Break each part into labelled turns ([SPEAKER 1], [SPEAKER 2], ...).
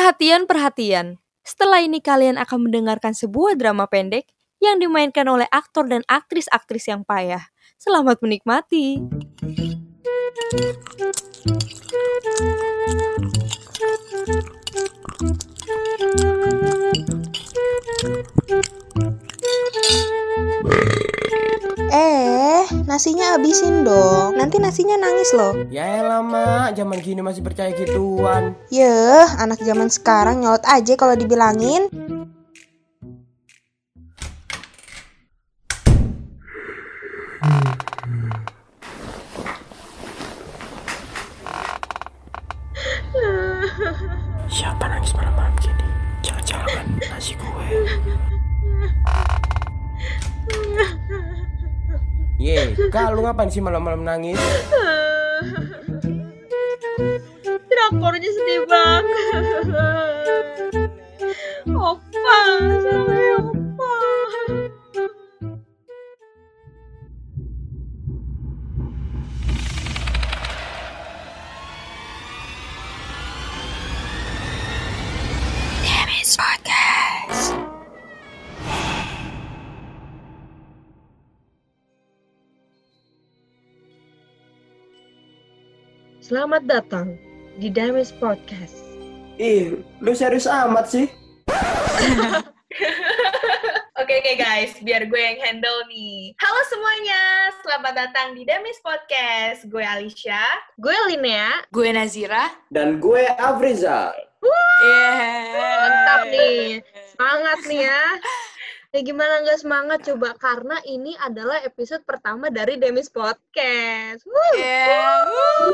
[SPEAKER 1] Perhatian-perhatian, setelah ini kalian akan mendengarkan sebuah drama pendek yang dimainkan oleh aktor dan aktris-aktris yang payah. Selamat menikmati.
[SPEAKER 2] Eh, nasinya habisin dong. Nanti nasinya nangis loh.
[SPEAKER 3] Ya elah mak, zaman gini masih percaya gituan
[SPEAKER 2] Yeh, anak zaman sekarang nyolot aja kalau dibilangin.
[SPEAKER 3] Siapa nangis malam-malam gini? Jangan-jangan nasi gue Ye, kak lu ngapain sih malam-malam nangis?
[SPEAKER 4] drakornya sedih banget opa sampai opa Selamat datang di Damage Podcast.
[SPEAKER 3] Ih, lu serius amat sih?
[SPEAKER 4] Oke oke guys, biar gue yang handle nih. Halo semuanya, selamat datang di Demis Podcast. Gue Alicia. Gue Linnea.
[SPEAKER 5] Gue Nazira.
[SPEAKER 3] Dan gue Afriza
[SPEAKER 4] Mantap nih, semangat nih ya. Ya gimana nggak semangat coba karena ini adalah episode pertama dari Demis Podcast. Wuh,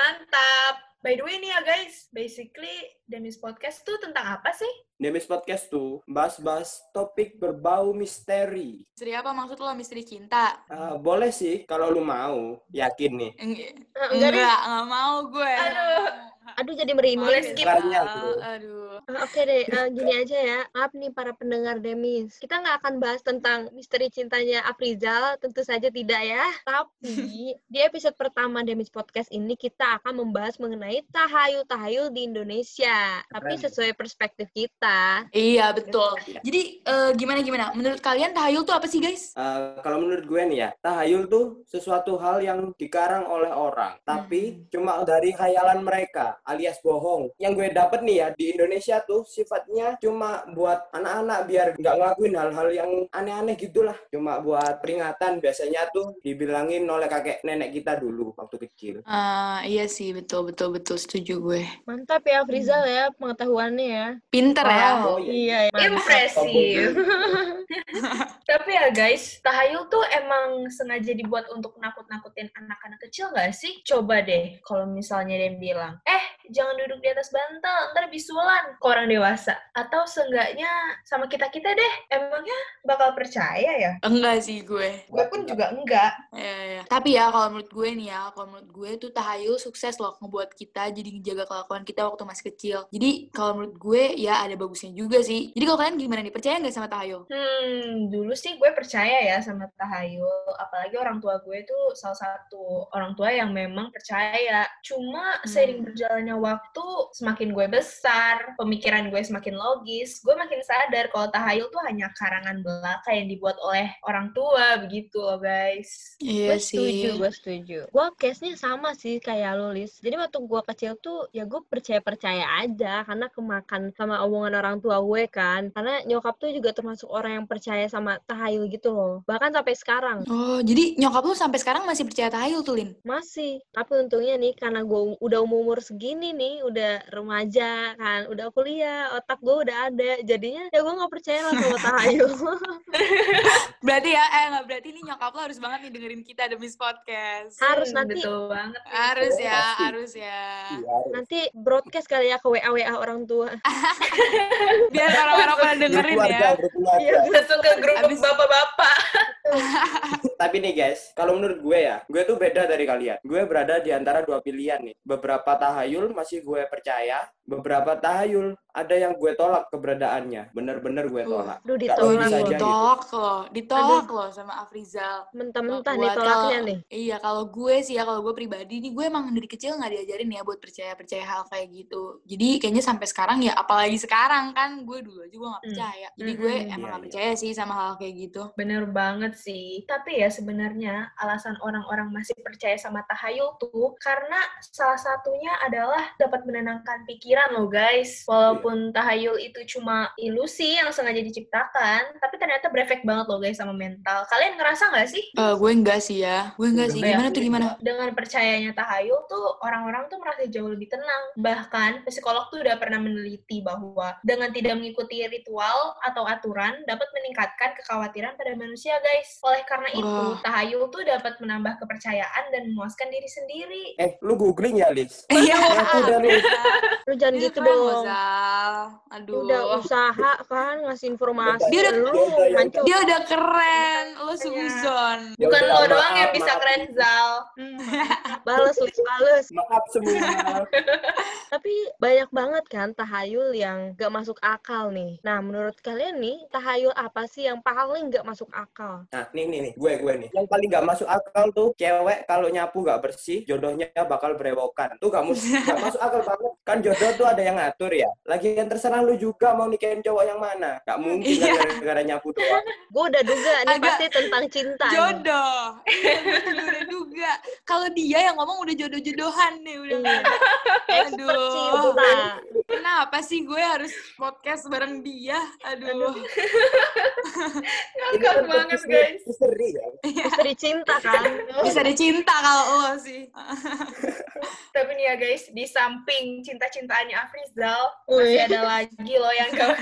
[SPEAKER 4] Mantap. By the way nih ya guys, basically Demis Podcast tuh tentang apa sih?
[SPEAKER 3] Demis Podcast tuh bahas-bahas topik berbau misteri.
[SPEAKER 5] Misteri apa maksud lo? Misteri cinta?
[SPEAKER 3] Ah, boleh sih kalau lu mau, yakin nih.
[SPEAKER 5] Eng-
[SPEAKER 4] enggak
[SPEAKER 5] Enggak,
[SPEAKER 4] deh.
[SPEAKER 5] enggak, mau gue.
[SPEAKER 4] Aduh. Aduh jadi merinding.
[SPEAKER 5] Boleh
[SPEAKER 4] deh.
[SPEAKER 5] skip.
[SPEAKER 3] Banyak
[SPEAKER 5] Tahu,
[SPEAKER 3] tuh.
[SPEAKER 5] Aduh.
[SPEAKER 4] Eh, Oke deh, eh, gini aja ya. Maaf nih para pendengar Demis. Kita nggak akan bahas tentang misteri cintanya Afrizal, tentu saja tidak ya. Tapi di episode pertama Demis Podcast ini kita akan membahas mengenai tahayul-tahayul di Indonesia. Tapi
[SPEAKER 3] Keren.
[SPEAKER 4] sesuai perspektif kita.
[SPEAKER 5] Iya, betul.
[SPEAKER 3] Iya.
[SPEAKER 5] Jadi gimana-gimana? Menurut kalian tahayul tuh apa sih, guys?
[SPEAKER 3] Eh, kalau menurut gue nih ya, tahayul tuh sesuatu hal yang dikarang oleh orang,
[SPEAKER 6] Hmm.
[SPEAKER 3] tapi cuma dari khayalan mereka, alias bohong. Yang gue dapet nih ya di Indonesia tuh sifatnya cuma buat anak-anak biar nggak ngelakuin hal-hal yang aneh-aneh gitulah. Cuma buat peringatan biasanya tuh dibilangin oleh kakek nenek kita dulu waktu kecil.
[SPEAKER 5] Ah, iya sih, betul, betul, betul. Setuju gue.
[SPEAKER 4] Mantap ya Afrizal ya pengetahuannya ya.
[SPEAKER 5] Pinter ya.
[SPEAKER 3] Oh iya.
[SPEAKER 6] Impresif. Tapi ya guys, tahayul tuh emang sengaja dibuat untuk nakut-nakutin anak-anak kecil nggak sih? Coba deh, kalau misalnya dia bilang, eh jangan duduk di atas bantal, ntar bisulan ke orang dewasa. Atau seenggaknya sama kita-kita deh, emangnya bakal percaya ya?
[SPEAKER 5] Enggak sih gue.
[SPEAKER 6] Gue pun juga enggak.
[SPEAKER 5] Iya, iya. Tapi ya kalau menurut gue nih ya, kalau menurut gue tuh tahayul sukses loh ngebuat kita jadi ngejaga kelakuan kita waktu masih kecil. Jadi kalau menurut gue ya ada bagusnya juga sih. Jadi kalau kalian gimana nih? Percaya nggak sama tahayul?
[SPEAKER 6] Hmm, dulu sih gue percaya ya sama tahayul. Apalagi orang tua gue itu salah satu orang tua yang memang percaya. Cuma seiring berjalannya waktu, semakin gue besar, pemikiran gue semakin logis, gue makin sadar kalau tahayul tuh hanya karangan belaka yang dibuat oleh orang tua, begitu loh guys.
[SPEAKER 5] Iya
[SPEAKER 4] gue setuju, gue setuju. Gue case-nya sama sih kayak lu, Lis. Jadi waktu gue kecil tuh, ya gue percaya-percaya aja. Karena kemakan sama omongan orang tua gue kan. Karena nyokap tuh juga termasuk orang yang percaya sama tahayul gitu loh. Bahkan sampai sekarang.
[SPEAKER 5] Oh, jadi nyokap lu sampai sekarang masih percaya tahayul tuh, Lin?
[SPEAKER 4] Masih. Tapi untungnya nih, karena gue udah umur segini nih, udah remaja kan, udah kuliah, otak gue udah ada. Jadinya ya gue gak percaya lah sama tahayul.
[SPEAKER 5] Berarti ya, eh nggak berarti nih nyokap lu harus banget nih dengerin kita demi podcast.
[SPEAKER 4] Harus
[SPEAKER 6] Hmm,
[SPEAKER 4] nanti
[SPEAKER 6] Betul banget.
[SPEAKER 5] Harus ya,
[SPEAKER 3] Pasti.
[SPEAKER 5] harus ya.
[SPEAKER 4] nanti broadcast kali ya ke WA-WA orang tua.
[SPEAKER 5] Biar orang-orang pada dengerin ya. Iya.
[SPEAKER 3] Berkeluarga, berkeluarga.
[SPEAKER 6] Langsung ke grup
[SPEAKER 5] Abis-
[SPEAKER 6] bapak-bapak.
[SPEAKER 3] Tapi nih guys, kalau menurut gue ya, gue tuh beda dari kalian. Gue berada di antara dua pilihan nih. Beberapa tahayul masih gue percaya, beberapa tahayul ada yang gue tolak keberadaannya. Bener-bener gue
[SPEAKER 6] Hmm.
[SPEAKER 3] tolak.
[SPEAKER 4] Duh,
[SPEAKER 3] Nggak
[SPEAKER 4] ditolak
[SPEAKER 3] bisa
[SPEAKER 4] loh.
[SPEAKER 3] aja.
[SPEAKER 5] ditolak loh, ditolak loh sama Afrizal.
[SPEAKER 4] Mentah-mentah
[SPEAKER 5] Buat
[SPEAKER 4] nih tolaknya
[SPEAKER 5] kalau-
[SPEAKER 4] nih.
[SPEAKER 5] Iya, kalau gue sih ya, kalau gue pribadi nih, gue emang dari kecil nggak diajarin ya buat percaya-percaya hal kayak gitu. Jadi kayaknya sampai sekarang ya, apalagi sekarang kan, gue dulu aja gue nggak
[SPEAKER 6] Hmm.
[SPEAKER 5] percaya. Jadi
[SPEAKER 6] Mm-mm.
[SPEAKER 5] gue
[SPEAKER 6] Iya,
[SPEAKER 5] emang nggak
[SPEAKER 3] iya.
[SPEAKER 5] percaya sih sama hal kayak gitu.
[SPEAKER 6] Bener banget sih. Tapi ya sebenarnya alasan orang-orang masih percaya sama tahayul tuh karena salah satunya adalah dapat menenangkan pikiran loh guys. Walaupun tahayul itu cuma ilusi yang sengaja diciptakan, tapi ternyata berefek banget loh guys sama mental. Kalian ngerasa nggak sih?
[SPEAKER 5] Eh, gue enggak sih ya, gue enggak sih.
[SPEAKER 6] Enggak ya,
[SPEAKER 5] Gimana tuh
[SPEAKER 3] gue
[SPEAKER 5] gimana?
[SPEAKER 6] Dengan percayanya tahayul tuh orang-orang tuh merasa jauh lebih tenang. Bahkan psikolog tuh udah pernah meneliti bahwa dengan tidak mengikuti ritual atau aturan dapat meningkatkan kekhawatiran pada manusia, guys. Oleh karena itu,
[SPEAKER 5] Wah.
[SPEAKER 6] tahayul tuh dapat menambah kepercayaan dan memuaskan diri sendiri.
[SPEAKER 3] Eh, lu googling ya, Lis?
[SPEAKER 5] Iya,
[SPEAKER 3] Ngaku dah lu.
[SPEAKER 4] Lu jangan
[SPEAKER 5] Itu
[SPEAKER 4] gitu
[SPEAKER 5] Iya, keren,
[SPEAKER 4] dong.
[SPEAKER 5] Mozal.
[SPEAKER 4] Lu udah
[SPEAKER 5] Aduh.
[SPEAKER 4] usaha kan ngasih informasi.
[SPEAKER 5] Dia udah-
[SPEAKER 4] lu
[SPEAKER 3] dia udah yang-
[SPEAKER 4] hancur.
[SPEAKER 5] Dia udah keren,
[SPEAKER 4] Iya.
[SPEAKER 5] lo suzon.
[SPEAKER 3] Ya
[SPEAKER 6] Bukan
[SPEAKER 3] udah,
[SPEAKER 6] lo doang
[SPEAKER 3] maaf,
[SPEAKER 6] yang bisa
[SPEAKER 3] maaf.
[SPEAKER 6] keren, Zal.
[SPEAKER 4] Bales, Lis, bales.
[SPEAKER 3] Maaf semua.
[SPEAKER 4] Tapi banyak banget kan tahayul yang gak masuk akal nih. Nah, menurut kalian nih, tahayul apa sih yang paling gak masuk akal?
[SPEAKER 3] Nah, nih nih nih, gue gue nih. Yang paling nggak masuk akal tuh cewek kalau nyapu nggak bersih, jodohnya bakal berewokan. Tuh nggak mus- nggak masuk akal banget. Kan jodoh tuh ada yang ngatur ya. Lagi yang terserah lu juga mau nikahin cowok yang mana. Nggak mungkin lah
[SPEAKER 5] Iya.
[SPEAKER 3] gara-gara nyapu doang.
[SPEAKER 4] Gue udah duga nih
[SPEAKER 5] Agak
[SPEAKER 4] pasti tentang cinta. nih.
[SPEAKER 5] Jodoh. Iya, gue juga udah duga. Kalau dia yang ngomong udah jodoh-jodohan nih, udah nggak
[SPEAKER 4] Iya.
[SPEAKER 5] ada.
[SPEAKER 4] Expert
[SPEAKER 5] Aduh. Iya.
[SPEAKER 4] cinta.
[SPEAKER 5] Kenapa sih gue harus podcast bareng dia? Aduh.
[SPEAKER 3] Ini
[SPEAKER 6] Ngakak
[SPEAKER 3] kan
[SPEAKER 6] banget,
[SPEAKER 3] misteri-
[SPEAKER 6] guys.
[SPEAKER 3] Misteri ya.
[SPEAKER 4] Misteri cinta kan.
[SPEAKER 5] Bisa dicinta kalau lo sih.
[SPEAKER 6] Tapi nih ya guys, di samping cinta-cintaannya Afrizal,
[SPEAKER 4] Wih.
[SPEAKER 6] masih ada lagi loh yang gak...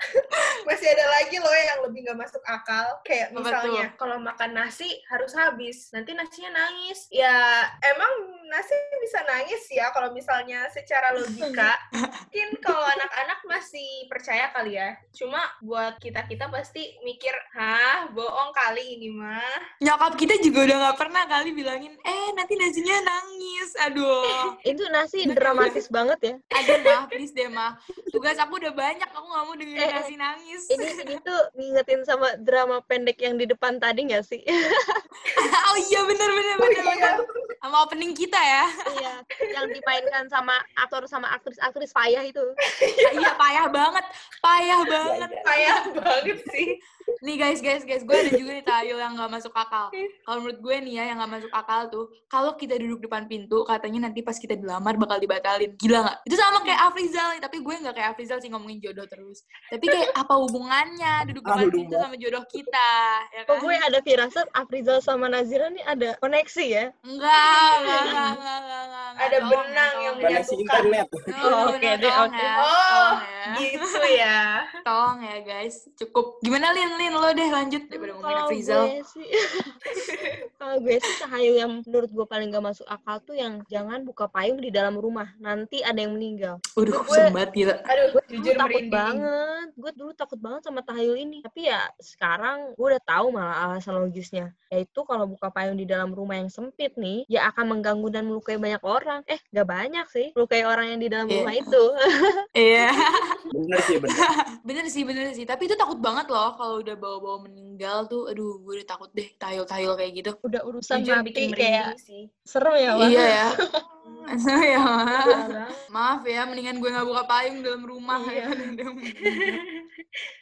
[SPEAKER 6] masih ada lagi loh yang lebih gak masuk akal. Kayak
[SPEAKER 5] Apa
[SPEAKER 6] misalnya, kalau makan nasi harus habis. Nanti nasinya nangis. Ya, emang nasi bisa nangis ya kalau misalnya secara logika. Mungkin kalau anak-anak masih percaya kali ya. Cuma buat kita-kita pasti mikir, hah, bohong kali ini mah.
[SPEAKER 5] Nyokap kita juga udah nggak pernah kali bilangin, eh nanti nasinya nangis. Aduh.
[SPEAKER 4] Itu nasi dramatis banget ya.
[SPEAKER 5] Aduh mah, please deh mah. Tugas aku udah banyak, aku gak mau dengerin
[SPEAKER 4] Eh, eh.
[SPEAKER 5] nasi nangis.
[SPEAKER 4] Ini ini tuh ngingetin sama drama pendek yang di depan tadi gak sih?
[SPEAKER 5] oh iya bener bener
[SPEAKER 6] Oh
[SPEAKER 5] bener
[SPEAKER 6] iya.
[SPEAKER 5] bener. Sama opening kita ya.
[SPEAKER 4] Iya, yang dimainkan sama aktor sama aktris-aktris payah itu.
[SPEAKER 5] Iya payah banget, payah
[SPEAKER 3] Iya,
[SPEAKER 5] banget.
[SPEAKER 6] Sayang banget sih.
[SPEAKER 5] Nih guys, guys, guys, gue ada juga nih tahayul yang gak masuk akal. Kalau menurut gue nih ya, yang gak masuk akal tuh, kalau kita duduk depan pintu, katanya nanti pas kita dilamar bakal dibatalin. Gila gak? Itu sama kayak Afrizal nih, tapi gue gak kayak Afrizal sih ngomongin jodoh terus. Tapi kayak apa hubungannya duduk
[SPEAKER 3] Ah,
[SPEAKER 5] depan
[SPEAKER 3] hubungan.
[SPEAKER 5] pintu sama jodoh kita, ya
[SPEAKER 4] Kok
[SPEAKER 5] kan?
[SPEAKER 4] gue ada firasat Afrizal sama Nazira nih ada koneksi ya?
[SPEAKER 5] Enggak, enggak, enggak, enggak, enggak, enggak, enggak.
[SPEAKER 6] Ada
[SPEAKER 5] Tolong ya,
[SPEAKER 6] benang
[SPEAKER 5] tolong
[SPEAKER 6] yang
[SPEAKER 5] ya.
[SPEAKER 3] Koneksi
[SPEAKER 6] Menyatukan.
[SPEAKER 3] internet.
[SPEAKER 5] No, no,
[SPEAKER 4] Oh,
[SPEAKER 5] no,
[SPEAKER 4] oke
[SPEAKER 5] no,
[SPEAKER 4] deh,
[SPEAKER 5] tolong
[SPEAKER 4] oke.
[SPEAKER 5] ya,
[SPEAKER 6] Oh,
[SPEAKER 5] tolong ya.
[SPEAKER 6] gitu ya.
[SPEAKER 5] Tolong ya guys, cukup. Gimana Lin, Lin, lo deh lanjut daripada ngomongin
[SPEAKER 4] Kalau
[SPEAKER 5] Afrizal.
[SPEAKER 4] gue sih, kalau gue sih tahayul yang menurut gue paling gak masuk akal tuh yang jangan buka payung di dalam rumah, nanti ada yang meninggal.
[SPEAKER 5] Waduh,
[SPEAKER 6] gue-
[SPEAKER 5] serem banget gila.
[SPEAKER 6] Aduh,
[SPEAKER 4] Gue dulu
[SPEAKER 6] jujur
[SPEAKER 4] takut
[SPEAKER 6] merinding.
[SPEAKER 4] banget, gue dulu takut banget sama tahayul ini. Tapi ya sekarang gue udah tahu malah alasan logisnya, yaitu kalau buka payung di dalam rumah yang sempit nih, ya akan mengganggu dan melukai banyak orang. Eh, gak banyak sih, melukai orang yang di dalam
[SPEAKER 5] Iya.
[SPEAKER 4] rumah itu.
[SPEAKER 5] Iya.
[SPEAKER 3] Bener sih bener.
[SPEAKER 5] bener sih, bener sih. Tapi itu takut banget loh kalau udah bawa-bawa meninggal tuh. Aduh, gue udah takut deh tahayul-tahayul kayak gitu.
[SPEAKER 4] udah urusan
[SPEAKER 6] jujur bikin
[SPEAKER 4] mati kayak
[SPEAKER 6] merinding sih.
[SPEAKER 4] serem ya, Wak?
[SPEAKER 5] Iya ya. Sorry ya, Ma.
[SPEAKER 6] Parah banget.
[SPEAKER 5] Maaf ya, mendingan gue gak buka payung dalam rumah
[SPEAKER 6] Iya.
[SPEAKER 5] ya. Ada yang meninggal.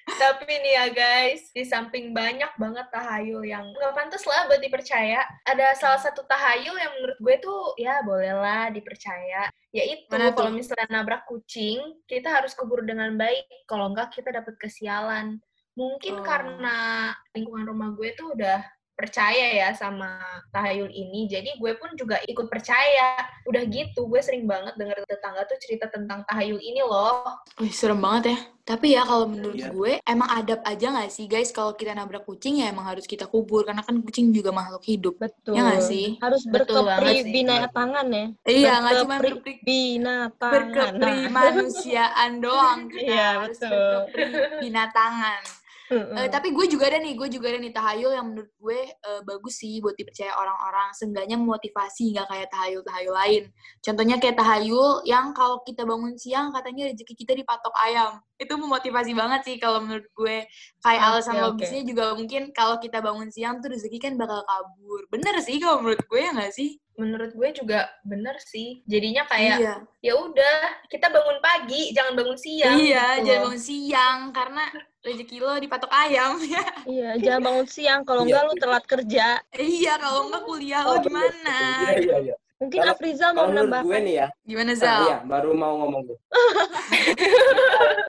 [SPEAKER 6] Tapi nih ya guys, di samping banyak banget tahayul yang nggak pantas lah buat dipercaya, ada salah satu tahayul yang menurut gue tuh ya bolehlah dipercaya. Yaitu
[SPEAKER 5] Mana tuh?
[SPEAKER 6] kalau misalnya nabrak kucing, kita harus kubur dengan baik. Kalau enggak kita dapat kesialan. Mungkin
[SPEAKER 5] Oh.
[SPEAKER 6] karena lingkungan rumah gue tuh udah percaya ya sama tahayul ini. Jadi gue pun juga ikut percaya. Udah gitu, gue sering banget denger tetangga tuh cerita tentang tahayul ini loh.
[SPEAKER 5] Wih, serem banget ya. Tapi ya kalau menurut
[SPEAKER 3] Iya.
[SPEAKER 5] gue, emang adab aja nggak sih guys? Kalau kita nabrak kucing ya emang harus kita kubur. Karena kan kucing juga makhluk hidup.
[SPEAKER 1] Betul.
[SPEAKER 5] Ya nggak sih?
[SPEAKER 1] Harus
[SPEAKER 6] Betul banget
[SPEAKER 1] berkepri
[SPEAKER 6] sih.
[SPEAKER 1] binatangan ya.
[SPEAKER 5] Iya, nggak cuma
[SPEAKER 1] Berkepri-
[SPEAKER 5] berperi,
[SPEAKER 1] Binatangan. Nah,
[SPEAKER 5] berkepri manusiaan doang. Kita
[SPEAKER 1] Iya,
[SPEAKER 5] harus
[SPEAKER 1] betul.
[SPEAKER 5] berkepri binatangan.
[SPEAKER 4] Hmm.
[SPEAKER 5] Eh, tapi gue juga ada nih, gue juga ada nih tahayul yang menurut gue eh, bagus sih buat dipercaya orang-orang. Seenggaknya memotivasi, nggak kayak tahayul-tahayul lain. Contohnya kayak tahayul yang kalau kita bangun siang katanya rezeki kita dipatok ayam. Itu memotivasi banget sih kalau menurut gue. Kayak
[SPEAKER 6] Oke,
[SPEAKER 5] alasan
[SPEAKER 6] oke.
[SPEAKER 5] logisnya juga mungkin kalau kita bangun siang tuh rezeki kan bakal kabur. Bener sih kalau menurut gue ya nggak sih?
[SPEAKER 6] Menurut gue juga bener sih. Jadinya kayak
[SPEAKER 5] Iya.
[SPEAKER 6] ya udah kita bangun pagi, jangan bangun siang.
[SPEAKER 5] iya,
[SPEAKER 6] gitu
[SPEAKER 5] jangan
[SPEAKER 6] loh.
[SPEAKER 5] bangun siang karena rezeki lo dipatok ayam.
[SPEAKER 4] Iya, jangan bangun siang kalau
[SPEAKER 3] Iya.
[SPEAKER 4] enggak lu telat kerja.
[SPEAKER 5] iya, kalau nggak kuliah
[SPEAKER 3] Oh,
[SPEAKER 5] lo
[SPEAKER 3] bener.
[SPEAKER 5] gimana?
[SPEAKER 3] Iya, iya, iya.
[SPEAKER 4] Mungkin
[SPEAKER 3] Kalau-
[SPEAKER 4] Afrizal mau
[SPEAKER 3] Kalau menurut gue
[SPEAKER 4] menambahkan.
[SPEAKER 3] nih ya,
[SPEAKER 5] Gimana
[SPEAKER 3] nah,
[SPEAKER 5] Zal?
[SPEAKER 3] iya, baru mau ngomong gue.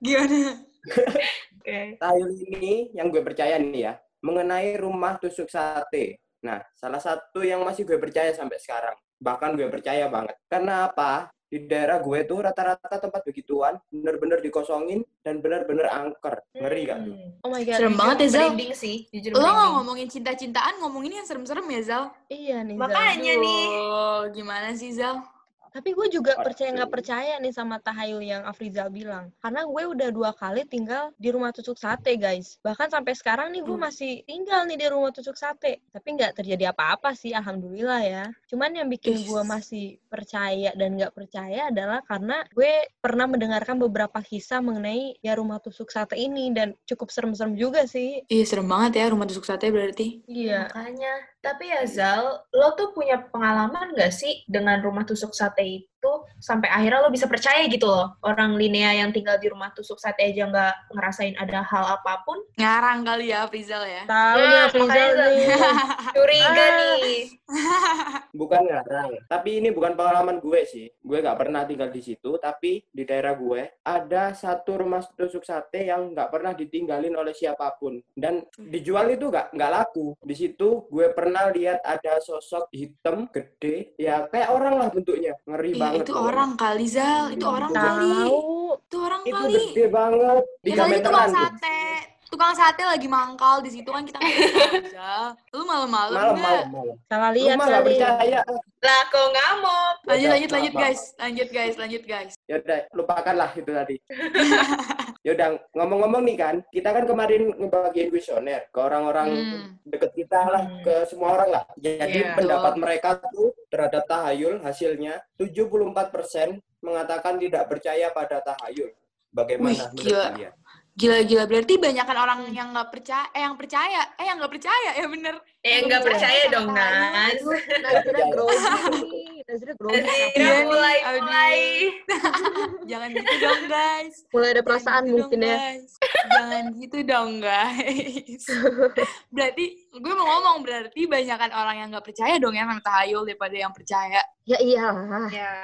[SPEAKER 5] Gimana?
[SPEAKER 6] Oke.
[SPEAKER 3] Tahayul ini yang gue percaya nih ya, mengenai rumah tusuk sate. Nah, salah satu yang masih gue percaya sampai sekarang. Bahkan gue percaya banget. Karena apa? Di daerah gue tuh rata-rata tempat begituan bener-bener dikosongin dan bener-bener angker. Ngeri kan? tuh?
[SPEAKER 6] Hmm.
[SPEAKER 4] Oh my god.
[SPEAKER 5] Serem banget ya, Zal.
[SPEAKER 6] Merinding sih, jujur
[SPEAKER 5] Lo nggak
[SPEAKER 6] merinding.
[SPEAKER 5] ngomongin cinta-cintaan, ngomongin yang serem-serem ya, Zal?
[SPEAKER 4] Iya nih, Zal.
[SPEAKER 6] Makanya nih.
[SPEAKER 5] Aduh, gimana sih, Zal?
[SPEAKER 4] Tapi gue juga percaya nggak
[SPEAKER 3] Aduh.
[SPEAKER 4] percaya nih sama tahayul yang Afrizal bilang. Karena gue udah dua kali tinggal di rumah tusuk sate guys. Bahkan sampai sekarang nih gue
[SPEAKER 5] Hmm.
[SPEAKER 4] masih tinggal nih di rumah tusuk sate. Tapi nggak terjadi apa-apa sih, alhamdulillah ya. Cuman yang bikin
[SPEAKER 5] Ih.
[SPEAKER 4] gue masih percaya dan nggak percaya adalah karena gue pernah mendengarkan beberapa kisah mengenai ya rumah tusuk sate ini dan cukup serem-serem juga sih.
[SPEAKER 5] Iya, serem banget ya rumah tusuk sate berarti.
[SPEAKER 4] Iya.
[SPEAKER 6] Makanya. Tapi ya Zal, lo tuh punya pengalaman gak sih dengan rumah tusuk sate itu sampai akhirnya lo bisa percaya gitu loh. Orang linea yang tinggal di rumah tusuk sate aja nggak ngerasain ada hal apapun.
[SPEAKER 5] Ngarang kali ya, Frizal ya.
[SPEAKER 4] Tahu nih
[SPEAKER 6] Nah,
[SPEAKER 4] Afrizal
[SPEAKER 6] makanya, Zal.
[SPEAKER 4] nih.
[SPEAKER 6] Curiga
[SPEAKER 4] Ah.
[SPEAKER 6] nih.
[SPEAKER 3] Bukan
[SPEAKER 5] Iya.
[SPEAKER 3] ngarang, tapi ini bukan pengalaman gue sih. Gue nggak pernah tinggal di situ, tapi di daerah gue ada satu rumah tusuk sate yang nggak pernah ditinggalin oleh siapapun dan
[SPEAKER 5] Hmm.
[SPEAKER 3] dijual itu nggak nggak laku. Di situ gue pernah lihat ada sosok hitam gede, ya kayak orang lah bentuknya, ngeri
[SPEAKER 5] Iya,
[SPEAKER 3] banget.
[SPEAKER 5] itu
[SPEAKER 3] pokoknya.
[SPEAKER 5] orang kali, Zal. Itu orang kali.
[SPEAKER 4] Tahu.
[SPEAKER 5] Itu orang
[SPEAKER 3] Itu
[SPEAKER 5] kali.
[SPEAKER 3] gede banget di
[SPEAKER 5] Ya, kali
[SPEAKER 3] gamelan
[SPEAKER 5] itu tukang
[SPEAKER 3] tuh.
[SPEAKER 5] sate. Tukang sate lagi mangkal di situ kan kita nggak tahu, Zal. Lu malam-malam
[SPEAKER 3] Malam,
[SPEAKER 5] nggak?
[SPEAKER 3] malam, malam.
[SPEAKER 4] Salah
[SPEAKER 3] Rumah
[SPEAKER 4] lihat
[SPEAKER 3] nggak
[SPEAKER 4] kali.
[SPEAKER 3] percaya.
[SPEAKER 6] Lah kok ngamuk?
[SPEAKER 5] Lanjut,
[SPEAKER 3] Yaudah,
[SPEAKER 5] lanjut, lanjut,
[SPEAKER 3] maaf, maaf.
[SPEAKER 5] guys. Lanjut, guys, lanjut, guys.
[SPEAKER 3] ya udah lupakanlah itu tadi ya udah ngomong-ngomong nih kan kita kan kemarin ngebagiin kuesioner ke orang-orang
[SPEAKER 5] Hmm.
[SPEAKER 3] deket kita lah
[SPEAKER 6] Hmm.
[SPEAKER 3] ke semua orang lah jadi
[SPEAKER 6] Iya.
[SPEAKER 3] pendapat mereka tuh terhadap tahayul hasilnya 74% mengatakan tidak percaya pada tahayul bagaimana
[SPEAKER 5] Wih,
[SPEAKER 3] menurut
[SPEAKER 5] gila.
[SPEAKER 3] kalian?
[SPEAKER 5] Gila, gila. Berarti banyakan orang yang nggak percaya, eh yang percaya, eh yang nggak percaya, ya bener. Yang
[SPEAKER 6] Eh nggak
[SPEAKER 5] nggak
[SPEAKER 6] percaya
[SPEAKER 5] percaya
[SPEAKER 6] dong
[SPEAKER 5] sama Ayu.
[SPEAKER 6] Nas.
[SPEAKER 4] Nazira grogi, Nazira grogi.
[SPEAKER 6] Nazira
[SPEAKER 5] Iya nih,
[SPEAKER 6] mulai
[SPEAKER 5] aduh.
[SPEAKER 6] mulai.
[SPEAKER 5] Jangan gitu dong, guys.
[SPEAKER 4] Mulai ada
[SPEAKER 5] Jangan
[SPEAKER 4] perasaan
[SPEAKER 5] gitu
[SPEAKER 4] mungkin
[SPEAKER 5] dong,
[SPEAKER 4] ya.
[SPEAKER 5] guys. Jangan gitu dong, guys. Berarti, gue mau ngomong, berarti banyakan orang yang nggak percaya dong yang tahayul daripada yang percaya.
[SPEAKER 4] Ya iyalah.
[SPEAKER 6] Ya.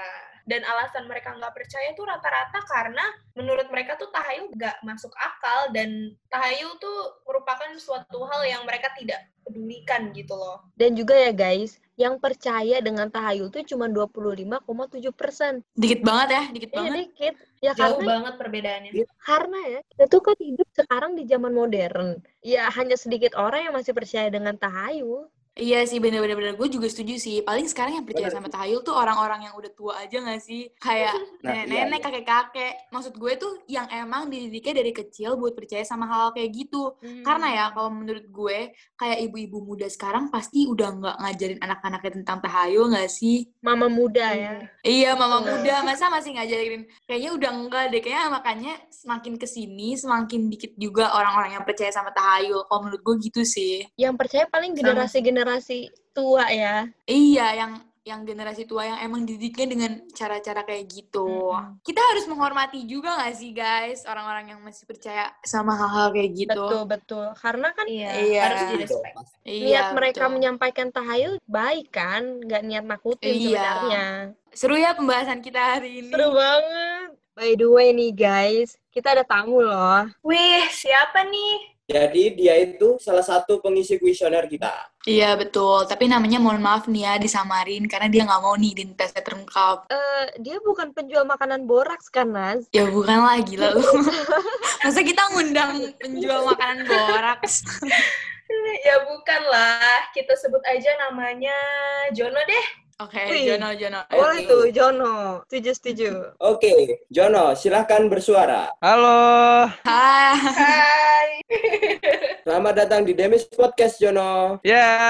[SPEAKER 6] Dan alasan mereka nggak percaya tuh rata-rata karena menurut mereka tuh tahayul nggak masuk akal dan tahayul tuh merupakan suatu hal yang mereka tidak pedulikan gitu loh.
[SPEAKER 4] Dan juga ya guys, yang percaya dengan tahayul tuh cuma 25,7 persen.
[SPEAKER 5] Dikit banget ya, dikit
[SPEAKER 4] Ini
[SPEAKER 5] banget.
[SPEAKER 4] Iya, dikit. Ya
[SPEAKER 6] Jauh
[SPEAKER 4] karena,
[SPEAKER 6] banget perbedaannya.
[SPEAKER 4] karena ya, kita tuh kan hidup sekarang di zaman modern. Ya hanya sedikit orang yang masih percaya dengan tahayul.
[SPEAKER 5] Iya sih bener-bener bener. gue juga setuju sih. Paling sekarang yang percaya
[SPEAKER 3] Bener
[SPEAKER 5] sama tahayul tuh orang-orang yang udah tua aja gak sih? Kayak
[SPEAKER 3] Nah, iya,
[SPEAKER 5] nenek-nenek,
[SPEAKER 3] iya.
[SPEAKER 5] kakek-kakek. Maksud gue tuh yang emang dididiknya dari kecil buat percaya sama hal kayak gitu. Karena ya
[SPEAKER 4] Hmm.
[SPEAKER 5] kalau menurut gue kayak ibu-ibu muda sekarang pasti udah nggak ngajarin anak-anaknya tentang tahayul gak sih?
[SPEAKER 4] Mama muda ya.
[SPEAKER 5] Iya, mama
[SPEAKER 6] Betul.
[SPEAKER 5] muda masa masih ngajarin. Kayaknya udah enggak deh. Kayaknya makanya semakin kesini semakin dikit juga orang-orang yang percaya sama tahayul. Kalau menurut gue gitu sih.
[SPEAKER 4] Yang percaya paling
[SPEAKER 6] Sama.
[SPEAKER 4] generasi-generasi tua ya.
[SPEAKER 5] Iya, yang yang generasi tua yang emang didiknya dengan cara-cara kayak gitu.
[SPEAKER 6] Mm-mm.
[SPEAKER 5] Kita harus menghormati juga gak sih guys orang-orang yang masih percaya sama hal-hal kayak gitu.
[SPEAKER 4] Betul-betul. Karena kan
[SPEAKER 6] Iya,
[SPEAKER 5] Iya.
[SPEAKER 6] harus di respect.
[SPEAKER 3] Gitu.
[SPEAKER 5] Iya,
[SPEAKER 4] niat mereka
[SPEAKER 5] betul.
[SPEAKER 4] menyampaikan tahayul baik kan? Nggak niat nakutin
[SPEAKER 5] Iya.
[SPEAKER 4] sebenarnya.
[SPEAKER 5] Seru ya pembahasan kita hari ini.
[SPEAKER 4] Seru banget. By the way nih guys, kita ada tamu loh.
[SPEAKER 6] Wih, siapa nih?
[SPEAKER 3] jadi dia itu salah satu pengisi kuesioner kita
[SPEAKER 5] Iya, betul. Tapi namanya mohon maaf nih ya disamarin karena dia nggak mau nih identitasnya terungkap.
[SPEAKER 4] Eh, dia bukan penjual makanan boraks kan, Naz?
[SPEAKER 5] Ya bukan lah, gila lu. Masa kita ngundang penjual makanan boraks?
[SPEAKER 6] Ya bukan lah, kita sebut aja namanya Jono deh.
[SPEAKER 5] Oke,
[SPEAKER 4] Wih.
[SPEAKER 5] Jono, Jono.
[SPEAKER 4] Boleh tuh, Jono. Setuju, setuju.
[SPEAKER 3] Oke, Jono, silahkan bersuara.
[SPEAKER 7] Halo,
[SPEAKER 5] Hai.
[SPEAKER 6] Hai.
[SPEAKER 3] Selamat datang di Demis Podcast, Jono.
[SPEAKER 7] ya.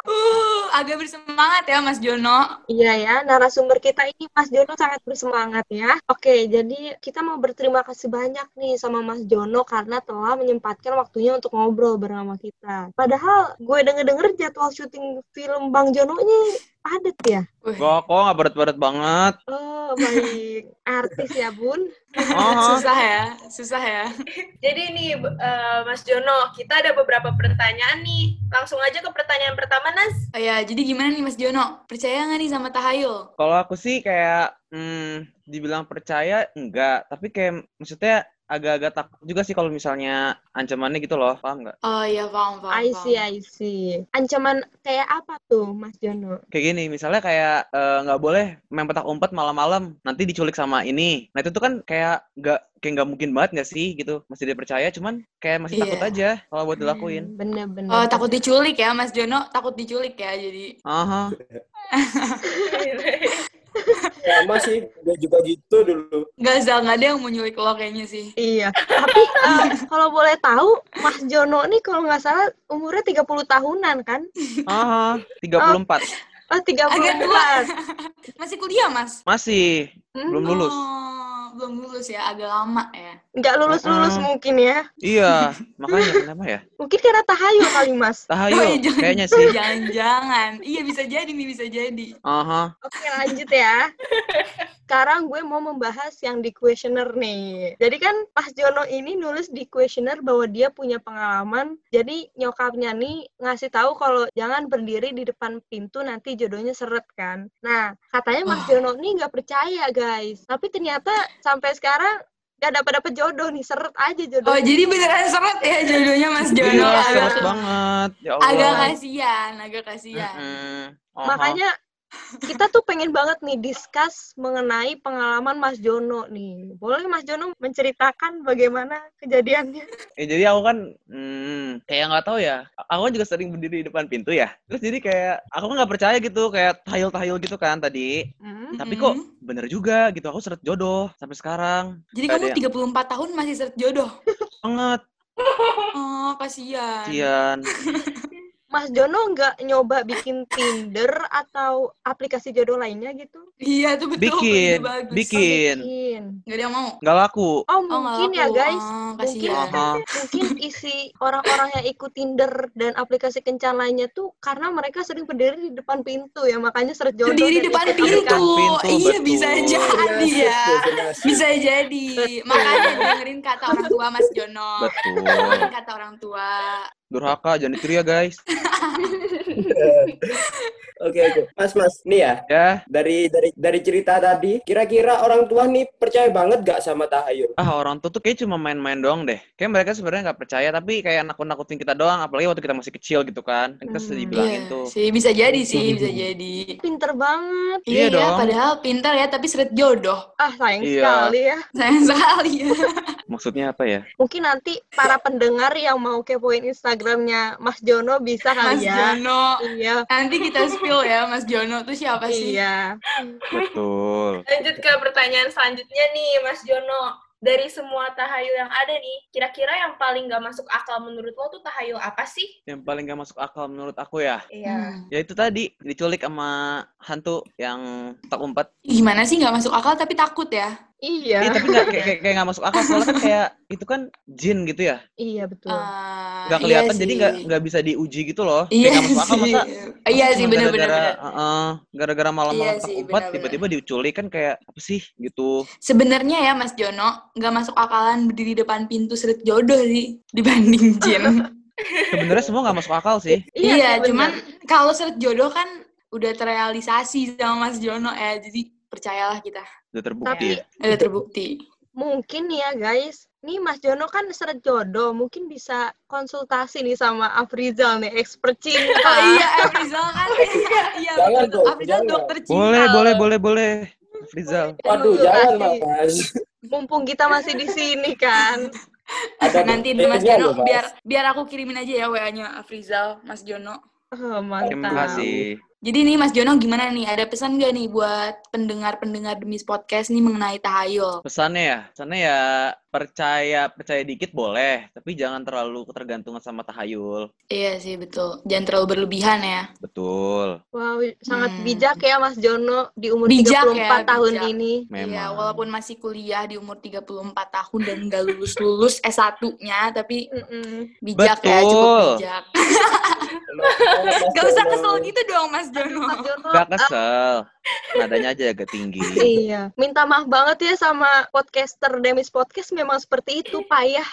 [SPEAKER 5] Uh, agak bersemangat ya Mas Jono.
[SPEAKER 4] Iya ya, narasumber kita ini Mas Jono sangat bersemangat ya. Oke, jadi kita mau berterima kasih banyak nih sama Mas Jono karena telah menyempatkan waktunya untuk ngobrol bersama kita. Padahal gue denger-denger jadwal syuting film Bang Jono ini padat ya.
[SPEAKER 5] Wih,
[SPEAKER 7] Gak kok nggak berat-berat banget.
[SPEAKER 4] Oh, baik. Artis ya, Bun.
[SPEAKER 7] Oh,
[SPEAKER 5] susah ya, susah ya.
[SPEAKER 6] Jadi nih eh, Mas Jono, kita ada beberapa pertanyaan nih. Langsung aja ke pertanyaan pertama, Nas.
[SPEAKER 5] Oh ya, jadi gimana nih Mas Jono? Percaya nggak nih sama tahayul?
[SPEAKER 7] kalau aku sih kayak hmm, dibilang percaya enggak, tapi kayak maksudnya agak-agak takut juga sih kalau misalnya ancamannya gitu loh, paham nggak?
[SPEAKER 5] Oh iya, paham, paham.
[SPEAKER 4] I see,
[SPEAKER 5] paham.
[SPEAKER 4] I see. Ancaman kayak apa tuh, Mas Jono?
[SPEAKER 7] Kayak gini, misalnya kayak eh, nggak boleh main petak umpet malam-malam, nanti diculik sama ini. Nah itu tuh kan kayak nggak kayak nggak mungkin banget nggak sih gitu, masih dipercaya, cuman kayak masih takut
[SPEAKER 5] Iya.
[SPEAKER 7] aja kalau buat dilakuin.
[SPEAKER 4] Hmm, Bener-bener.
[SPEAKER 5] Oh, takut diculik ya Mas Jono, takut diculik ya jadi.
[SPEAKER 7] Aha.
[SPEAKER 3] Sama sih, gue juga gitu dulu.
[SPEAKER 5] Nggak, Zal, nggak ada yang mau nyulik lo kayaknya sih.
[SPEAKER 4] Iya, tapi eh, kalau boleh tahu, Mas Jono nih kalau nggak salah umurnya 30 tahunan kan?
[SPEAKER 7] Aha. 34.
[SPEAKER 4] Oh, 34.
[SPEAKER 5] Agak tua. Masih kuliah, Mas?
[SPEAKER 7] Masih
[SPEAKER 4] Hmm,
[SPEAKER 7] belum lulus.
[SPEAKER 5] Oh, belum lulus ya, agak lama ya.
[SPEAKER 4] Nggak lulus-lulus
[SPEAKER 5] Hmm.
[SPEAKER 7] Mm-mm.
[SPEAKER 4] mungkin ya.
[SPEAKER 7] Iya, makanya kenapa ya?
[SPEAKER 4] Mungkin karena tahayul kali, Mas.
[SPEAKER 5] Oh,
[SPEAKER 7] Tahayul
[SPEAKER 5] iya, jangan-
[SPEAKER 7] kayaknya sih.
[SPEAKER 5] Jangan-jangan. Iya, bisa jadi nih, bisa jadi.
[SPEAKER 7] Aha.
[SPEAKER 4] Oke, lanjut ya. Sekarang gue mau membahas yang di kuesioner nih. Jadi kan Mas Jono ini nulis di kuesioner bahwa dia punya pengalaman. Jadi nyokapnya nih ngasih tahu kalau jangan berdiri di depan pintu nanti jodohnya seret kan. Nah, katanya Mas
[SPEAKER 5] Oh.
[SPEAKER 4] Jono nih nggak percaya, guys. Tapi ternyata sampai sekarang nggak dapat dapat jodoh nih, seret aja
[SPEAKER 5] Oh,
[SPEAKER 4] jodohnya.
[SPEAKER 5] jadi beneran seret ya jodohnya Mas Jono.
[SPEAKER 7] Iya,
[SPEAKER 5] Agak-
[SPEAKER 7] seret banget. Ya Allah.
[SPEAKER 5] Agak ya. kasihan, agak kasihan.
[SPEAKER 7] Mm-mm. Oh, Aha.
[SPEAKER 4] Makanya kita tuh pengen banget nih discuss mengenai pengalaman Mas Jono nih. Boleh Mas Jono menceritakan bagaimana kejadiannya?
[SPEAKER 7] Ya, jadi aku kan hmm, kayak nggak tahu ya. Aku kan juga sering berdiri di depan pintu ya. Terus jadi kayak aku kan nggak percaya gitu kayak tahayul-tahayul gitu kan tadi.
[SPEAKER 4] Hmm?
[SPEAKER 7] Tapi
[SPEAKER 5] Mm-mm.
[SPEAKER 7] kok bener juga gitu. Aku seret jodoh sampai sekarang.
[SPEAKER 5] Jadi
[SPEAKER 7] Nggak
[SPEAKER 5] kamu
[SPEAKER 7] ada yang-
[SPEAKER 5] 34 tahun masih seret jodoh.
[SPEAKER 7] Banget.
[SPEAKER 5] Oh, kasihan.
[SPEAKER 7] Kasian.
[SPEAKER 4] Mas Jono nggak nyoba bikin Tinder atau aplikasi jodoh lainnya gitu?
[SPEAKER 5] Iya, itu betul.
[SPEAKER 7] Bikin,
[SPEAKER 5] itu bagus.
[SPEAKER 7] bikin.
[SPEAKER 4] Bikin.
[SPEAKER 5] Nggak ada yang mau.
[SPEAKER 7] Nggak laku.
[SPEAKER 4] Oh
[SPEAKER 5] Oh, nggak
[SPEAKER 4] mungkin ya
[SPEAKER 5] laku.
[SPEAKER 4] guys,
[SPEAKER 5] Oh,
[SPEAKER 4] mungkin
[SPEAKER 5] kasihan.
[SPEAKER 7] Aha.
[SPEAKER 4] mungkin isi orang-orang yang ikut Tinder dan aplikasi kencan lainnya tuh karena mereka sering berdiri di depan pintu ya makanya seret jodoh.
[SPEAKER 5] Berdiri
[SPEAKER 4] dan
[SPEAKER 5] depan
[SPEAKER 4] ikut
[SPEAKER 5] pintu.
[SPEAKER 4] aplikasi.
[SPEAKER 5] iya,
[SPEAKER 7] pintu, betul.
[SPEAKER 5] bisa jadi
[SPEAKER 3] Nasib,
[SPEAKER 5] ya.
[SPEAKER 3] Gus, nasib.
[SPEAKER 5] Bisa jadi. Makanya dengerin kata orang tua Mas Jono.
[SPEAKER 7] Betul.
[SPEAKER 5] Dengerin kata orang tua.
[SPEAKER 7] Durhaka jangan ditiru ya guys.
[SPEAKER 3] Oke, oke. Mas, mas. Nih ya,
[SPEAKER 7] Ya.
[SPEAKER 3] dari dari dari cerita tadi, kira-kira orang tua nih percaya banget gak sama tahayul?
[SPEAKER 7] Ah orang tuh tuh kayak cuma main-main doang deh. Kayak mereka sebenarnya nggak percaya tapi kayak nakut-nakutin kita doang. Apalagi waktu kita masih kecil gitu kan. Kita
[SPEAKER 4] Hmm.
[SPEAKER 7] sedih bilangin
[SPEAKER 5] Iya,
[SPEAKER 7] tuh.
[SPEAKER 5] sih bisa jadi sih, bisa jadi.
[SPEAKER 4] Pinter banget.
[SPEAKER 7] Iya
[SPEAKER 5] Iya,
[SPEAKER 7] dong.
[SPEAKER 5] padahal pintar ya, tapi seret jodoh.
[SPEAKER 4] Ah sayang
[SPEAKER 7] Iya.
[SPEAKER 4] sekali ya.
[SPEAKER 5] Sayang sekali ya.
[SPEAKER 7] Maksudnya apa ya?
[SPEAKER 4] Mungkin nanti para
[SPEAKER 5] Iya.
[SPEAKER 4] pendengar yang mau kepoin Instagramnya Mas Jono bisa
[SPEAKER 5] Mas
[SPEAKER 4] kali ya.
[SPEAKER 5] Jono.
[SPEAKER 4] Iya.
[SPEAKER 5] Nanti kita spill ya, Mas Jono tuh siapa sih?
[SPEAKER 4] Iya.
[SPEAKER 7] Betul.
[SPEAKER 6] Lanjut ke pertanyaan selanjutnya nih, Mas Jono. Dari semua tahayul yang ada nih, kira-kira yang paling gak masuk akal menurut lo tuh tahayul apa sih?
[SPEAKER 7] yang paling gak masuk akal menurut aku ya
[SPEAKER 6] Iya.
[SPEAKER 5] Hmm.
[SPEAKER 7] ya itu tadi diculik sama hantu yang tak umpet
[SPEAKER 5] Gimana sih nggak masuk akal tapi takut ya?
[SPEAKER 4] Iya.
[SPEAKER 7] Ih, tapi nggak kayak kayak- kayak nggak masuk akal soalnya kan kayak itu kan jin gitu ya
[SPEAKER 4] Iya betul.
[SPEAKER 5] Eh,
[SPEAKER 7] nggak
[SPEAKER 5] iya
[SPEAKER 7] kelihatan jadi
[SPEAKER 5] sih.
[SPEAKER 7] nggak nggak bisa diuji gitu loh
[SPEAKER 5] Iya
[SPEAKER 7] kayak nggak masuk akal
[SPEAKER 5] sih.
[SPEAKER 7] masa
[SPEAKER 5] Iya sih
[SPEAKER 7] cuma
[SPEAKER 5] benar-benar.
[SPEAKER 7] gara-gara
[SPEAKER 5] benar.
[SPEAKER 7] uh-uh, gara-gara malam-malam
[SPEAKER 5] Iya
[SPEAKER 7] petak
[SPEAKER 5] sih,
[SPEAKER 7] umpet
[SPEAKER 5] benar-benar.
[SPEAKER 7] tiba-tiba diculik kan kayak apa sih gitu
[SPEAKER 5] Sebenarnya ya Mas Jono nggak masuk akalan berdiri depan pintu seret jodoh sih dibanding jin.
[SPEAKER 7] sebenarnya semua nggak masuk akal sih
[SPEAKER 5] iya,
[SPEAKER 4] sih, bener.
[SPEAKER 5] cuman kalau seret jodoh kan udah terrealisasi sama Mas Jono ya, jadi percayalah kita.
[SPEAKER 7] udah terbukti
[SPEAKER 4] Tapi-
[SPEAKER 7] ya
[SPEAKER 5] Udah terbukti.
[SPEAKER 4] mungkin nih ya guys, nih Mas Jono kan seret jodoh, mungkin bisa konsultasi nih sama Afrizal nih, expert cinta.
[SPEAKER 5] Oh iya, Afrizal kan. Iya,
[SPEAKER 3] Jangan
[SPEAKER 5] betul.
[SPEAKER 3] dong,
[SPEAKER 5] Afrizal
[SPEAKER 3] jangan.
[SPEAKER 5] dokter cinta.
[SPEAKER 7] boleh boleh boleh boleh Rizal
[SPEAKER 3] Waduh,
[SPEAKER 4] Konsultasi.
[SPEAKER 3] jangan mas.
[SPEAKER 4] Mumpung kita masih di sini kan.
[SPEAKER 3] Ada
[SPEAKER 5] Nanti
[SPEAKER 3] buktinya
[SPEAKER 5] Mas Jono
[SPEAKER 3] loh, Mas.
[SPEAKER 5] biar biar aku kirimin aja ya WA-nya Afrizal, Mas Jono.
[SPEAKER 4] Oh,
[SPEAKER 7] terima
[SPEAKER 4] mantap.
[SPEAKER 7] kasih
[SPEAKER 5] Jadi nih Mas Jono gimana nih? Ada pesan gak nih buat pendengar-pendengar Demis Podcast nih mengenai tahayul?
[SPEAKER 7] Pesannya ya, pesannya ya percaya percaya dikit boleh, tapi jangan terlalu ketergantungan sama tahayul.
[SPEAKER 5] Iya sih betul. Jangan terlalu berlebihan ya.
[SPEAKER 7] Betul,
[SPEAKER 4] Wow, sangat
[SPEAKER 5] Hmm.
[SPEAKER 4] bijak ya Mas Jono di umur
[SPEAKER 5] Bijak
[SPEAKER 4] 34
[SPEAKER 5] ya,
[SPEAKER 4] tahun
[SPEAKER 5] bijak.
[SPEAKER 4] ini.
[SPEAKER 7] memang.
[SPEAKER 5] Iya, walaupun masih kuliah di umur 34 tahun dan nggak lulus-lulus S1-nya, tapi
[SPEAKER 4] Mm-mm.
[SPEAKER 5] bijak ya, cukup
[SPEAKER 7] Betul.
[SPEAKER 5] bijak.
[SPEAKER 3] Gak
[SPEAKER 5] Gak usah kesel gitu dong Mas Jono.
[SPEAKER 4] Mas Jono,
[SPEAKER 7] Gak kesel, nadanya aja agak tinggi.
[SPEAKER 4] Iya, minta maaf banget ya sama podcaster Demis Podcast memang seperti itu ya. payah.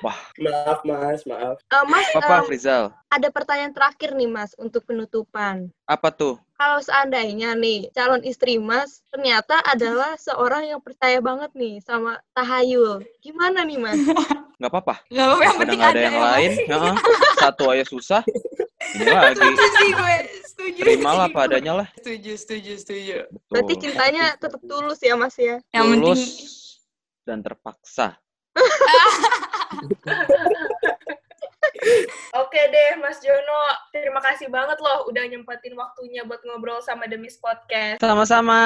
[SPEAKER 7] Apa-apa,
[SPEAKER 3] Maaf mas, maaf.
[SPEAKER 4] Eh, mas,
[SPEAKER 7] apa
[SPEAKER 4] em,
[SPEAKER 7] Rizal?
[SPEAKER 4] ada pertanyaan terakhir nih Mas untuk penutupan.
[SPEAKER 7] Apa tuh?
[SPEAKER 4] Kalau seandainya nih calon istri Mas ternyata adalah seorang yang percaya banget nih sama tahayul, gimana nih Mas?
[SPEAKER 7] Gak apa-apa.
[SPEAKER 5] Gak apa-apa, yang
[SPEAKER 7] Udah
[SPEAKER 5] penting
[SPEAKER 7] gak
[SPEAKER 5] ada
[SPEAKER 7] ada yang
[SPEAKER 5] ya, Mas.
[SPEAKER 7] lain. Heeh. Satu aja susah. Ini lagi.
[SPEAKER 5] Setuju sih gue, setuju. sih
[SPEAKER 7] Terimalah apa
[SPEAKER 5] gue.
[SPEAKER 7] adanya lah.
[SPEAKER 5] Setuju, setuju, setuju.
[SPEAKER 7] Betul.
[SPEAKER 4] Berarti cintanya tetap tulus ya Mas ya?
[SPEAKER 5] Yang penting
[SPEAKER 7] Tulus dan terpaksa.
[SPEAKER 6] Oke deh, Mas Jono. Terima kasih banget loh udah nyempetin waktunya buat ngobrol sama Demis Podcast.
[SPEAKER 7] Sama-sama.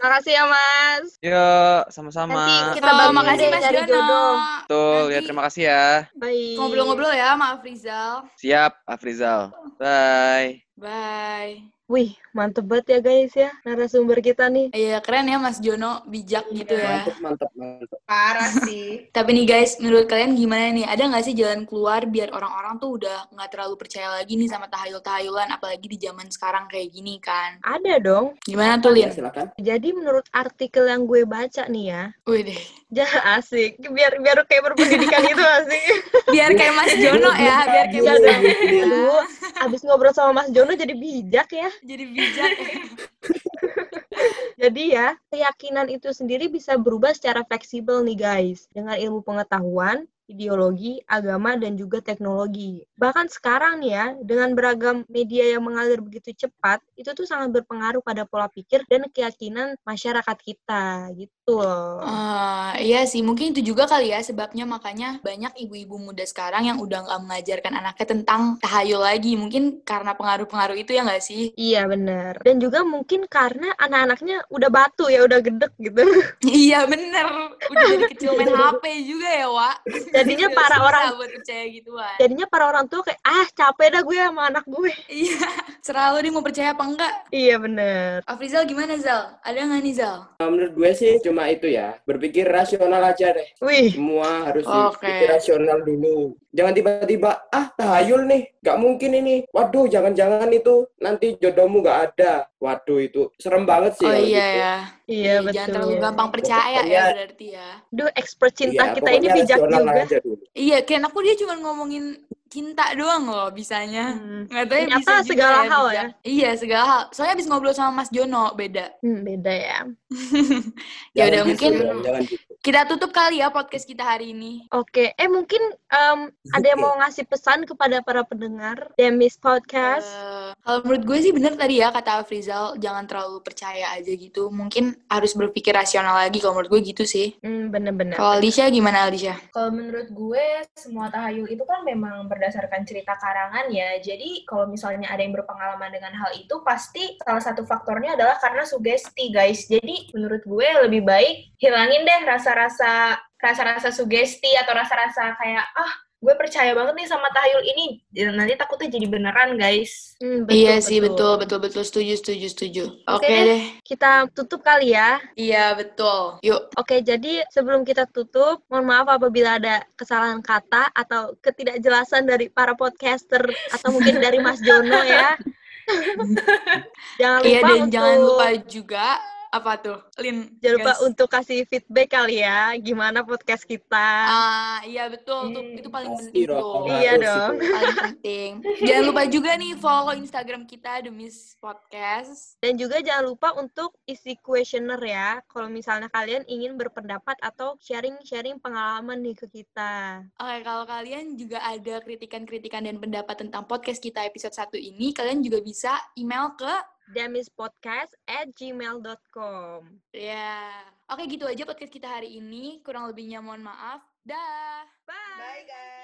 [SPEAKER 4] Makasih ya Mas.
[SPEAKER 7] Yuk, sama-sama.
[SPEAKER 4] Nanti kita
[SPEAKER 5] Oh,
[SPEAKER 4] bantu
[SPEAKER 5] makasih
[SPEAKER 4] deh
[SPEAKER 5] Mas
[SPEAKER 4] cari
[SPEAKER 5] Jono.
[SPEAKER 4] jodoh.
[SPEAKER 7] Betul, ya
[SPEAKER 5] Nanti
[SPEAKER 7] terima kasih ya.
[SPEAKER 4] Baik.
[SPEAKER 5] Ngobrol-ngobrol ya, maaf Rizal.
[SPEAKER 7] Siap, Afrizal. Bye.
[SPEAKER 5] Bye.
[SPEAKER 4] Wih, mantep banget ya guys ya narasumber kita nih.
[SPEAKER 5] Iya, keren ya Mas Jono, bijak gitu ya.
[SPEAKER 3] Mantep, mantep, mantep.
[SPEAKER 6] Parah sih.
[SPEAKER 5] Tapi nih guys, menurut kalian gimana nih? Ada nggak sih jalan keluar biar orang-orang tuh udah nggak terlalu percaya lagi nih sama tahayul-tahayulan, apalagi di zaman sekarang kayak gini kan?
[SPEAKER 4] Ada dong.
[SPEAKER 5] Gimana tuh,
[SPEAKER 3] Ya,
[SPEAKER 5] Lin?
[SPEAKER 3] silakan.
[SPEAKER 4] Jadi menurut artikel yang gue baca nih ya,
[SPEAKER 5] Wih deh.
[SPEAKER 4] ja, asik. Biar biar kayak berpendidikan gitu asik. Iya
[SPEAKER 5] Biar kayak Mas Jono ya, biar kayak Mas
[SPEAKER 4] Jono.
[SPEAKER 5] Jono ya.
[SPEAKER 4] Aduh, Gitu. abis ngobrol sama Mas Jono jadi bijak ya.
[SPEAKER 5] Jadi bijak. ya.
[SPEAKER 4] Jadi ya, keyakinan itu sendiri bisa berubah secara fleksibel nih guys. Dengan ilmu pengetahuan, ideologi, agama, dan juga teknologi. Bahkan sekarang nih ya, dengan beragam media yang mengalir begitu cepat, itu tuh sangat berpengaruh pada pola pikir dan keyakinan masyarakat kita gitu loh.
[SPEAKER 5] Ah, iya sih, mungkin itu juga kali ya sebabnya makanya banyak ibu-ibu muda sekarang yang udah nggak mengajarkan anaknya tentang tahayul lagi. Mungkin karena pengaruh-pengaruh itu ya nggak sih?
[SPEAKER 4] Iya bener. Dan juga mungkin karena anak-anaknya udah batu ya, udah gedek gitu.
[SPEAKER 5] Iya bener, udah dari kecil main HP juga ya, Wak.
[SPEAKER 4] Iya. Jadinya
[SPEAKER 5] Udah
[SPEAKER 4] para
[SPEAKER 5] susah
[SPEAKER 4] orang
[SPEAKER 5] buat percaya gituan.
[SPEAKER 4] jadinya para orang tua kayak, ah capek dah gue sama anak gue.
[SPEAKER 5] Iya, serah lo dia mau percaya apa enggak.
[SPEAKER 4] Iya bener.
[SPEAKER 5] Afrizal gimana, Zal? Ada nggak nih, Zal?
[SPEAKER 3] Nah, menurut gue sih cuma itu ya. Berpikir rasional aja deh.
[SPEAKER 4] Wih,
[SPEAKER 3] Semua harus
[SPEAKER 5] Oke.
[SPEAKER 3] dipikir rasional dulu. Jangan tiba-tiba, ah tahayul nih, gak mungkin ini. Waduh, jangan-jangan itu nanti jodohmu gak ada. Waduh, itu serem banget sih
[SPEAKER 5] Oh
[SPEAKER 3] kalau
[SPEAKER 5] iya
[SPEAKER 3] gitu.
[SPEAKER 5] ya.
[SPEAKER 4] iya
[SPEAKER 5] Iya,
[SPEAKER 4] betul.
[SPEAKER 5] Jangan terlalu gampang percaya ya
[SPEAKER 3] Pokoknya-
[SPEAKER 5] berarti ya.
[SPEAKER 4] Duh, expert cinta
[SPEAKER 3] Iya,
[SPEAKER 4] kita ini
[SPEAKER 3] pokoknya
[SPEAKER 4] bijak
[SPEAKER 3] rasional ya.
[SPEAKER 4] juga.
[SPEAKER 3] aja dulu.
[SPEAKER 5] Iya, kayak aku dia cuma ngomongin cinta doang loh bisanya.
[SPEAKER 4] Hmm.
[SPEAKER 5] Nggak tahu ya
[SPEAKER 4] Ternyata
[SPEAKER 5] bisa juga
[SPEAKER 4] segala
[SPEAKER 5] ya,
[SPEAKER 4] hal
[SPEAKER 5] bijak.
[SPEAKER 4] ya.
[SPEAKER 5] Iya, segala hal. Soalnya abis ngobrol sama Mas Jono, beda.
[SPEAKER 4] Hmm, beda ya.
[SPEAKER 5] ya
[SPEAKER 3] Jangan
[SPEAKER 5] udah,
[SPEAKER 3] gitu,
[SPEAKER 5] mungkin
[SPEAKER 3] Bram, jangan gitu.
[SPEAKER 5] kita tutup kali ya podcast kita hari ini.
[SPEAKER 4] Oke, eh mungkin em, ada yang mau ngasih pesan kepada para pendengar Demis Podcast.
[SPEAKER 5] Eh, kalau menurut gue sih bener tadi ya kata Afrizal, jangan terlalu percaya aja gitu. Mungkin harus berpikir rasional lagi kalau menurut gue gitu sih.
[SPEAKER 4] Hmm, bener-bener.
[SPEAKER 5] Kalau Alicia gimana Alicia?
[SPEAKER 6] Kalau menurut gue, semua tahayul itu kan memang berdasarkan cerita karangan ya. Jadi kalau misalnya ada yang berpengalaman dengan hal itu, pasti salah satu faktornya adalah karena sugesti, guys. Jadi menurut gue lebih baik hilangin deh rasa-rasa rasa-rasa sugesti atau rasa-rasa kayak ah gue percaya banget nih sama tahayul ini. Nanti takutnya jadi beneran, guys.
[SPEAKER 4] Hmm,
[SPEAKER 5] iya sih betul betul betul setuju setuju setuju. Oke
[SPEAKER 4] Oke.
[SPEAKER 5] deh.
[SPEAKER 4] Kita tutup kali ya.
[SPEAKER 5] Iya betul. Yuk.
[SPEAKER 4] Oke, jadi sebelum kita tutup, mohon maaf apabila ada kesalahan kata atau ketidakjelasan dari para podcaster atau mungkin dari Mas Jono ya. jangan lupa
[SPEAKER 5] Iya dan
[SPEAKER 4] untuk
[SPEAKER 5] jangan lupa juga apa tuh? Lin.
[SPEAKER 4] jangan lupa
[SPEAKER 5] guys.
[SPEAKER 4] untuk kasih feedback kali ya, gimana podcast kita.
[SPEAKER 5] Ah, iya betul tuh
[SPEAKER 6] Hmm,
[SPEAKER 5] itu paling
[SPEAKER 3] Pasti
[SPEAKER 5] penting
[SPEAKER 3] dong.
[SPEAKER 5] tuh.
[SPEAKER 4] Iya
[SPEAKER 3] harus
[SPEAKER 4] dong.
[SPEAKER 3] itu.
[SPEAKER 5] Paling penting. Jangan lupa juga nih follow Instagram kita Demis Podcast.
[SPEAKER 4] Dan juga jangan lupa untuk isi kuesioner ya, kalau misalnya kalian ingin berpendapat atau sharing-sharing pengalaman nih ke kita.
[SPEAKER 5] Oke, kalau kalian juga ada kritikan-kritikan dan pendapat tentang podcast kita episode 1 ini, kalian juga bisa email ke
[SPEAKER 4] damispodcast at gmail.com
[SPEAKER 5] ya. Oke, gitu aja podcast kita hari ini. Kurang lebihnya mohon maaf. Dah.
[SPEAKER 4] Bye!
[SPEAKER 6] Bye, guys.